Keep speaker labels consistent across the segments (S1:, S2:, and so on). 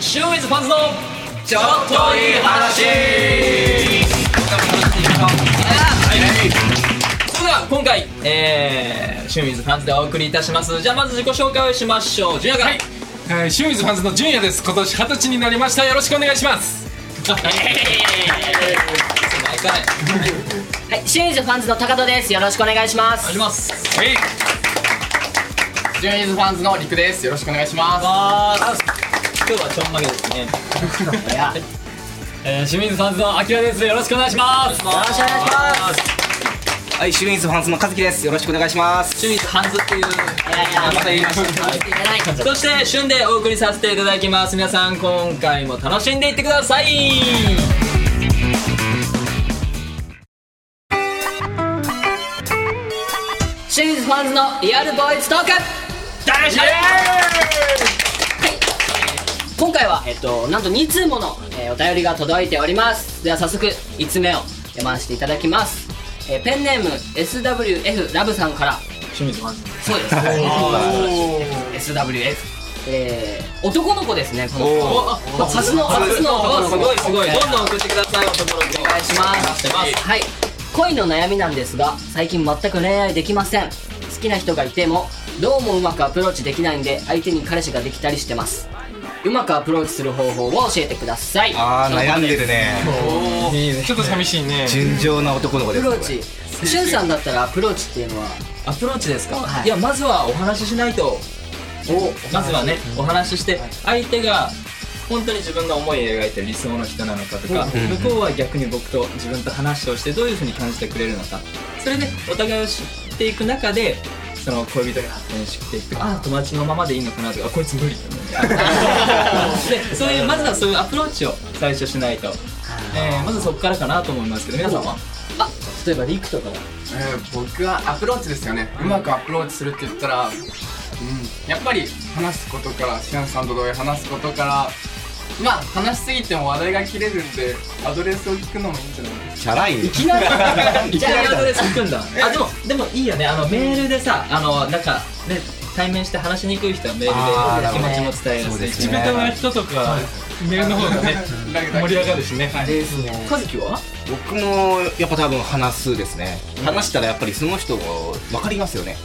S1: シューウィズパンツのちょっといい話それでは今回、えー、シューウィズパンツでお送りいたしますじゃあまず自己紹介をしましょうジュニアから、
S2: えー、清水ファンズの純也です今年二十歳になりましたよろしくお願いします
S3: はい、シューズファンズの高田です。よろしくお願いします。
S1: 始ます
S2: はい
S4: ジュニーズファンズのリクです。よろしくお願いします。
S1: 今日はちょんまげですね
S5: えー、清水さんズのあきらですよろしくお願いします
S1: よろしくお願いします
S6: はい、シュウインズファンズの和樹です。よろしくお願いします。
S1: シューウィズパンツっていう
S3: いやいや、
S1: また言いました
S3: はいいらない。
S1: そして旬でお送りさせていただきます皆さん今回も楽しんでいってください
S3: シューズファンズのリアルボーイズトーク。
S1: 大丈
S3: 今回は、えっと、なんと2通もの、えーお便りが届いております。では早速、5つ目を読ませていただきます。えーペンネーム SWF ラブさんから。清水ファンズ。そうです。SWF。えー、男の子ですね、この子。お初の、初の男の子。
S1: すごいすごい
S3: えー
S1: どんどん送ってください男の子
S3: お願いしますはい恋の悩みなんですが最近全く恋愛できません好きな人がいてもどうもうまくアプローチできないんで相手に彼氏ができたりしてますうまくアプローチする方法を教えてください
S6: あー、悩んでるね。
S2: ちょっと寂しいね
S6: 純情な男の子
S3: ア
S6: で
S3: プ
S6: す。
S3: ローチしゅんさんだったらアプローチっていうのは
S1: アプローチですか、
S3: はい
S1: い、やまずはお話ししないとまずはねお話しして相手が本当に自分が思い描いてる理想の人なのかとか、向こうは逆に僕と自分と話をしてどういうふうに感じてくれるのかそれでお互いを知っていく中でその恋人に発展していくああ友達のままでいいのかなとかあこいつ無理って思 うでそういうまずはそういうアプローチを最初しないと、えーまずそこからかなと思いますけど皆さんは
S3: あ例えばリクとかは
S4: えー僕はアプローチですよね。うまくアプローチするって言ったら、うん、やっぱり話すことから、シアンさんと同様に話すことから、まあ話しすぎても話題が切れるんで、アドレスを聞くのもいいんじゃないです
S6: チャラいね。
S1: じゃあアドレス聞くんだあでもでもいいよねあのメールでさあのなんかね対面して話しにくい人はメ
S6: あー
S1: ー
S6: な
S1: ル
S6: る
S1: で気持
S6: ほど
S1: ちも伝えや
S6: そう
S1: す
S6: で
S1: い
S6: す
S1: し
S2: 地べたな人とかメールの方がね
S4: か。
S2: 盛り上がるしね、はい、
S1: 和樹は
S6: 僕もやっぱ多分話すですね。話したらやっぱりその人を分かりますよね。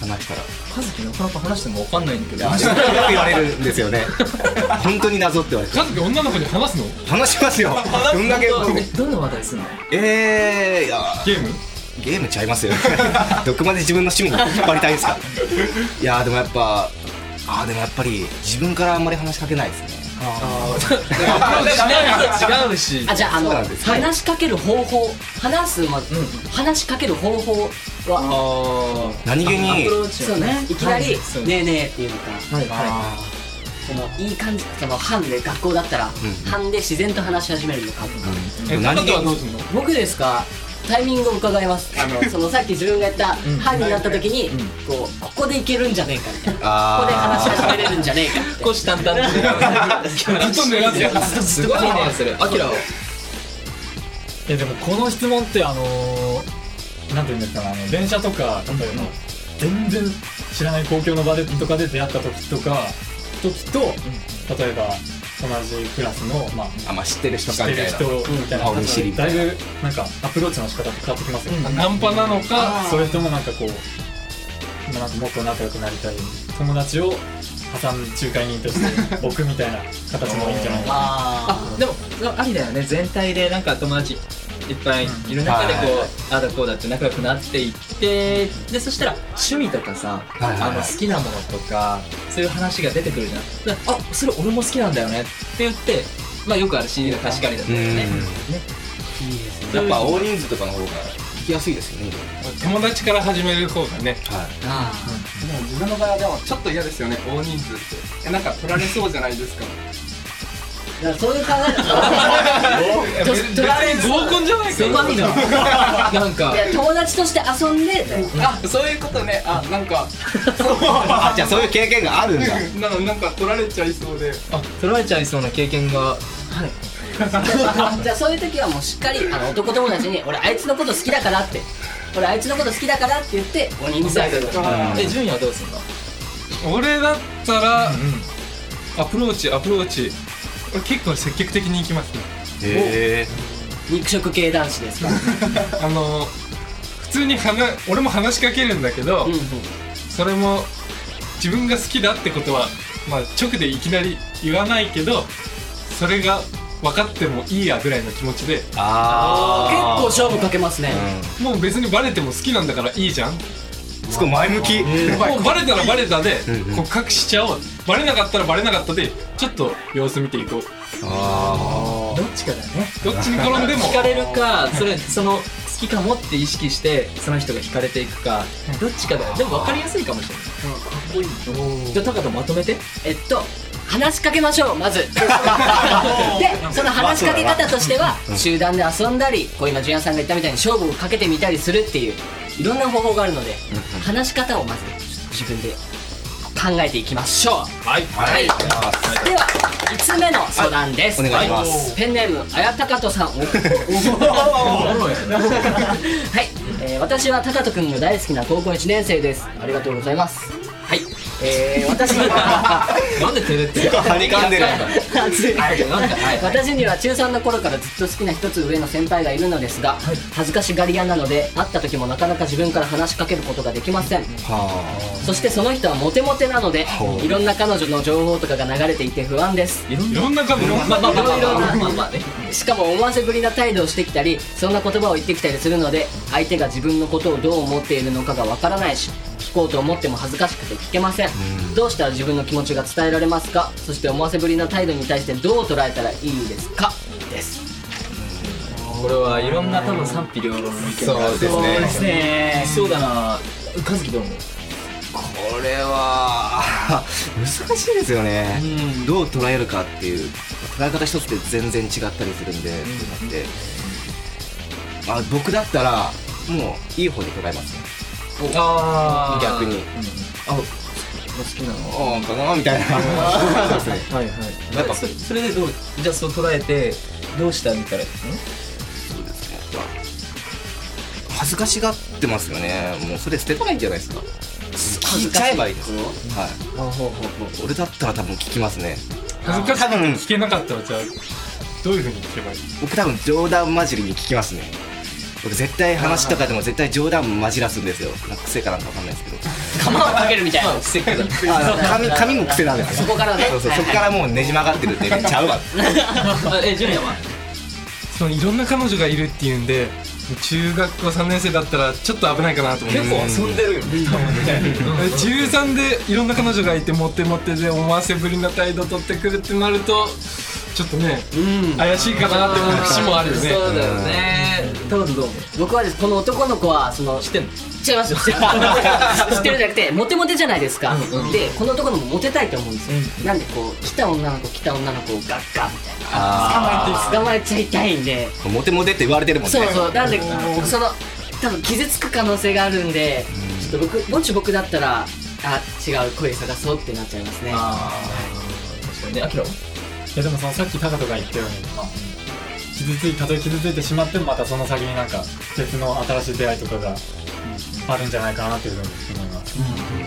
S6: 話したら。
S1: 和樹なかなか話しても分かんないんだけど
S6: あれよく言われるんです よね。本当に謎って言われて。
S2: 家族女の子に話すの
S6: 話しますよ。どんだけ。
S1: どんな話題すんの
S6: えー、いや、
S2: ゲーム
S6: ゲームちゃい ますよ。どこまで自分の趣味に引っ張りたいんですか。いやー、でもやっぱ、あー、でもやっぱり自分からあんまり話しかけないですね。
S1: 違うし
S3: あじゃああの、
S6: そうなんですね
S3: 話しかける方法話すま、
S1: ん
S3: 話しかける方法は
S1: あ
S6: 何気
S1: ア
S6: に
S1: プローチ
S3: そうねいきなり
S1: そう
S3: 「ねえねえ」っていうのか
S1: はいは
S3: そのいい感じその班で学校だったら、
S6: ん
S3: 班で自然と話し始めるのかとか、
S2: え
S6: 何
S2: 高
S6: 気
S2: 田は
S6: に
S2: どうすんの
S3: 僕ですかタイミングを伺いますあのそのさっき自分が言った班になった時に、こうここでいけるんじゃねえかみたいなこ
S6: あ
S3: こで話し
S6: ー
S3: 始めれるんじゃねえかみたい
S1: 少し淡々と
S2: ずっと狙ってやる
S1: すごいねそれアキラはい
S5: やでもこの質問ってあのー、なんていうんですかねあの電車とか例えば、全然知らない公共の場でとかで出会った時とか時と、例えば同じクラスのまあ
S6: あ、まあ、知ってる人
S5: 知っ
S6: か
S5: て
S6: み
S5: る
S6: たいな
S5: 人。みたいな
S6: うん
S5: 感じで
S6: うん
S5: だいぶなんかアプローチの仕方って変わってきますよね、
S2: ナンパなのか
S5: それともなんかこうまあなんかもっと仲良くなりたい友達を挟む仲介人として置くみたいな形もいいんじゃないかな
S1: あでもありだよね全体でなんか友達いっぱいいる中でこう、ああだこうだって仲良くなっていってでそしたら趣味とかさ、
S6: いはいはい
S1: あの好きなものとかそういう話が出てくるじゃんだからあそれ俺も好きなんだよねって言ってまあよくある CD の貸し借りだったりね
S6: やっぱ大人数とかの方が聞きやすいですよね。
S2: 友達から始める方がね
S3: なあー
S4: でも自分の場合はでもちょっと嫌ですよね、大人数って。え、なんか取られそうじゃないですか。
S3: だからそういう考えだ
S2: 別に別に合コンじゃないか
S1: うまいな なんか
S3: といや友達として遊んで
S4: あ、そういうことね。あ、なんか、
S6: あ、じゃあそういう経験があるんだ。
S4: なのなんか取られちゃいそうで。
S1: あ取られちゃいそうな経験がはい
S3: じゃあそういう時はもうしっかりあの男友達に「俺あいつのこと好きだから」って「俺あいつのこと好きだから」って言って「鬼にされる」
S1: え順位はどうすんの
S2: 俺だったら、アプローチアプローチ結構積極的に行きますね
S6: へえ
S3: 肉食系男子ですから
S2: あの普通に話俺も話しかけるんだけど、
S3: うんうん
S2: それも自分が好きだってことは、まあ、直でいきなり言わないけどそれが分かってもいいやぐらいの気持ちで
S6: あ
S3: 結構勝負かけますね
S2: もう別にバレても好きなんだからいいじゃんも
S6: 構すごい前向き
S2: うバレたらバレたで
S6: うんうん
S2: 告白しちゃおうバレなかったらバレなかったでちょっと様子見ていこう
S6: あ
S5: どっちかだよね
S2: どっちに転んでも
S1: 惹かれるかそれその好きかもって意識してその人が惹かれていくかどっちかだよでも分かりやすいかもしれないじゃあタカトまとめて
S3: えっと話しかけましょうま ずでその話しかけ方としては集団で遊んだりこう今ジュニアさんが言ったみたいに勝負をかけてみたりするっていういろんな方法があるので話し方をまず自分で考えていきましょうはい、はい、では5つ目の相談です、
S6: はいお願いします
S3: ペンネームあやたか とさんはい、えー私はたかとくんが大好きな高校1年生ですありがとうございますはい、えー私 には
S1: なんで照れてる
S6: あはにかんでるんだ
S3: 熱い
S1: なんだはい
S3: 私には中3の頃からずっと好きな一つ上の先輩がいるのですが、恥ずかしがり屋なので会った時もなかなか自分から話しかけることができません
S6: は
S3: そしてその人はモテモテなので
S6: ほう
S3: いろんな彼女の情報とかが流れていて不安です
S2: いろんな感じ
S1: まあまあまあまあまあまあまあね
S3: しかも思わせぶりな態度をしてきたりそんな言葉を言ってきたりするので相手が自分のことをどう思っているのかがわからないし聞こうと思っても恥ずかしくて聞けませんどうしたら自分の気持ちが伝えられますかそして思わせぶりな態度に対してどう捉えたらいいですかです
S1: これはいろんな多分賛否両論の意見がある
S6: そうですね
S3: ね
S1: そうだな和樹どう思う
S6: これは 難しいですよねどう捉えるかっていう捉え方一つで全然違ったりするんでとかってあ僕だったらもういい方で捉えますね
S1: あ
S6: 逆に
S1: あ好きなの
S6: ああかなみたいなそうですね
S1: はいはいやっぱそそれでどうじゃあそう捉えてどうしたみたいな
S6: そうですねまあ 恥ずかしがってますよねもうそれ捨てたらいいんじゃないですか聞いちゃえばいいですはい俺だったら多分聞きますね
S2: 恥ずかし
S6: 多
S2: くて
S6: 分
S2: 聞けなかったらじゃあどういうふうに聞けばいい
S6: 僕多分冗談交じりに聞きますね僕絶対話とかでも絶対冗談交じらすんですよなんか癖かなんかわかんないですけ
S3: 釜をかけるみたいな
S1: せっかくだ
S6: どあ髪髪も癖なんですよ
S3: そこからね
S6: そうそう
S3: はい
S6: そこからもうねじ曲がってるってねちゃうわ
S1: あえジュニアは
S2: そのいろんな彼女がいるっていうんで中学校3年生だったらちょっと危ないかなと思って
S1: 結構遊んでるよね
S2: 13でいろんな彼女がいてモテモテで思わせぶりな態度取ってくるってなるとちょっとね、怪しいかなって思う節もあるよね
S1: そうだよねタカトどう思う
S3: 僕はですこの男の子はその
S1: 知ってんの
S3: 違います よ知ってるじゃなくてモテモテじゃないですか、でこの男の子モテたいと思うんですよ、なんでこう来た女の子来た女の子をガッガッみたいな
S6: あ
S3: 捕まえちゃいたいんで
S6: ーモテモテって言われてるもんね
S3: そうそうなんでその多分傷つく可能性があるんでちょっと僕もし僕だったらあ違う恋探そうってなっちゃいますね
S1: ああ確かにねアキラはい
S5: やでもそのさっきタカトが言ったように、まあ、傷ついたとえ傷ついてしまってもまたその先になんか別の新しい出会いとかがあるんじゃないかなというふうに思います、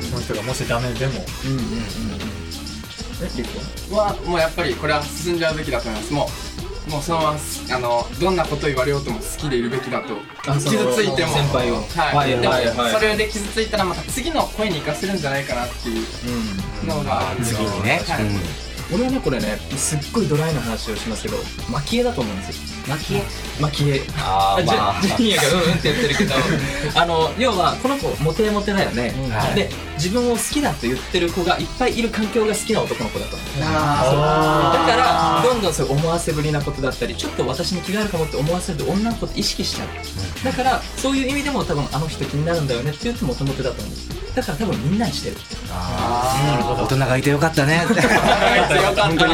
S5: その人がもしダメでも
S1: えリップは
S4: はもうやっぱりこれは進んじゃうべきだと思いますもうもうそのまますあのどんなこと言われようとも好きでいるべきだと
S1: あ
S4: 傷ついても
S1: その先輩を
S4: はい
S1: はい
S4: でも
S1: はいはい
S4: それで傷ついたらまた次の恋に生かせるんじゃないかなっていうのがあるの
S6: 次にね
S4: はい
S1: 俺はねこれねすっごいドライな話をしますけど蒔絵だと思うんですよ
S3: 蒔絵
S1: 蒔絵
S6: あ
S1: あ
S6: あ
S1: ジ
S6: ま
S1: ュジュニアがうんうんって言ってる けどあの要はこの子モテモテだよね、
S6: はい
S1: で自分を好きだと言ってる子がいっぱいいる環境が好きな男の子だと思うだからどんどんそういう思わせぶりなことだったりちょっと私に気があるかもって思わせる女の子って意識しちゃうだからそういう意味でも多分あの人気になるんだよねって言ってもともとだと思うだから多分みんなにしてる
S6: あ大人がいてよかったね本当に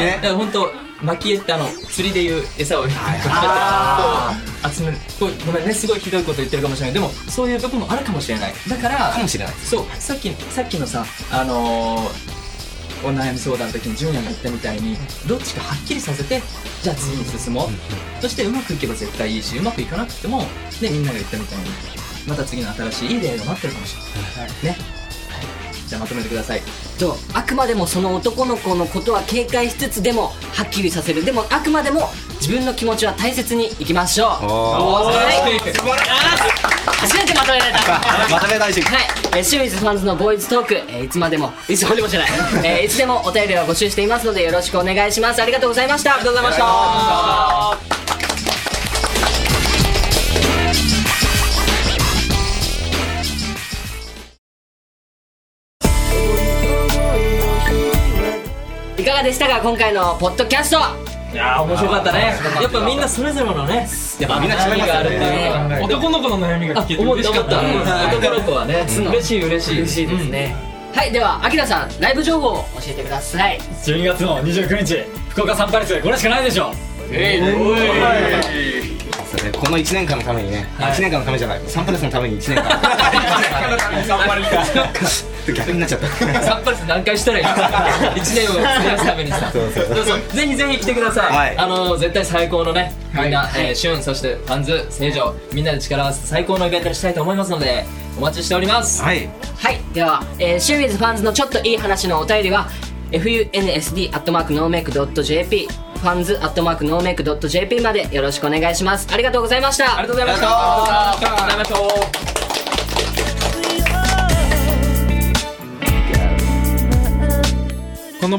S1: だ
S6: ね
S1: から本当蒔絵ってあの釣りでいう餌をこうこう集めるこうごめんねすごいひどいこと言ってるかもしれないでもそういう部分もあるかもしれないだから
S6: かもしれないです
S1: そうさっきさっきのさあのーお悩み相談の時にジュニアが言ったみたいにどっちかはっきりさせてじゃあ次に進もう、そしてうまくいけば絶対いいしうまくいかなくてもでみんなが言ったみたいにまた次の新しいいい出会いが待ってるかもしれない、ねじゃあまとめてください
S3: とあくまでもその男の子のことは警戒しつつでもはっきりさせるでもあくまでも自分の気持ちは大切にいきましょうはい初めてまとめられた
S6: まとめ大臣
S3: はい、えー、清水ファンズのボーイズトーク、えーいつまでもいつまでもじゃない、えーいつでもお便りは募集していますのでよろしくお願いしますありがとうございましたありがとうございましたいかがでしたか今回のポッドキャスト
S1: いやー面白かったねやっぱみんなそれぞれのねやっぱみんな違いがあるっていうのを考えて
S2: 男の子の悩みが聞けて
S1: 思っ
S2: 嬉
S1: た
S2: し
S1: 思っ
S2: かった
S1: た男の子はね嬉しい嬉しい
S3: 嬉しいです ね、はいではあきらさんライブ情報を教えてください
S5: 12月の29日福岡サンパレスこれしかないでしょ
S6: それこの1年間のためにね、1年間のためじゃないサンパレスのために1年間 逆になっちゃった
S1: サンパレス何回したらいい ですか1年を費やすためにさ
S6: そうそう
S1: どうぞぜひぜひ来てください、
S6: はい
S1: あの絶対最高のねみんな、
S4: は
S1: えー、シュンそしてパンズ成城みんなで力を合わせて最高のイベントにしたいと思いますのでお待ちしております
S6: はい
S3: はいでは、えー、清水ファンズのちょっといい話のお便りは funsd.nomake.jp ファンズ .nomake.jp までよろしくお願いしますありがとうございました
S1: ありがとうございましたありがとうございました
S2: この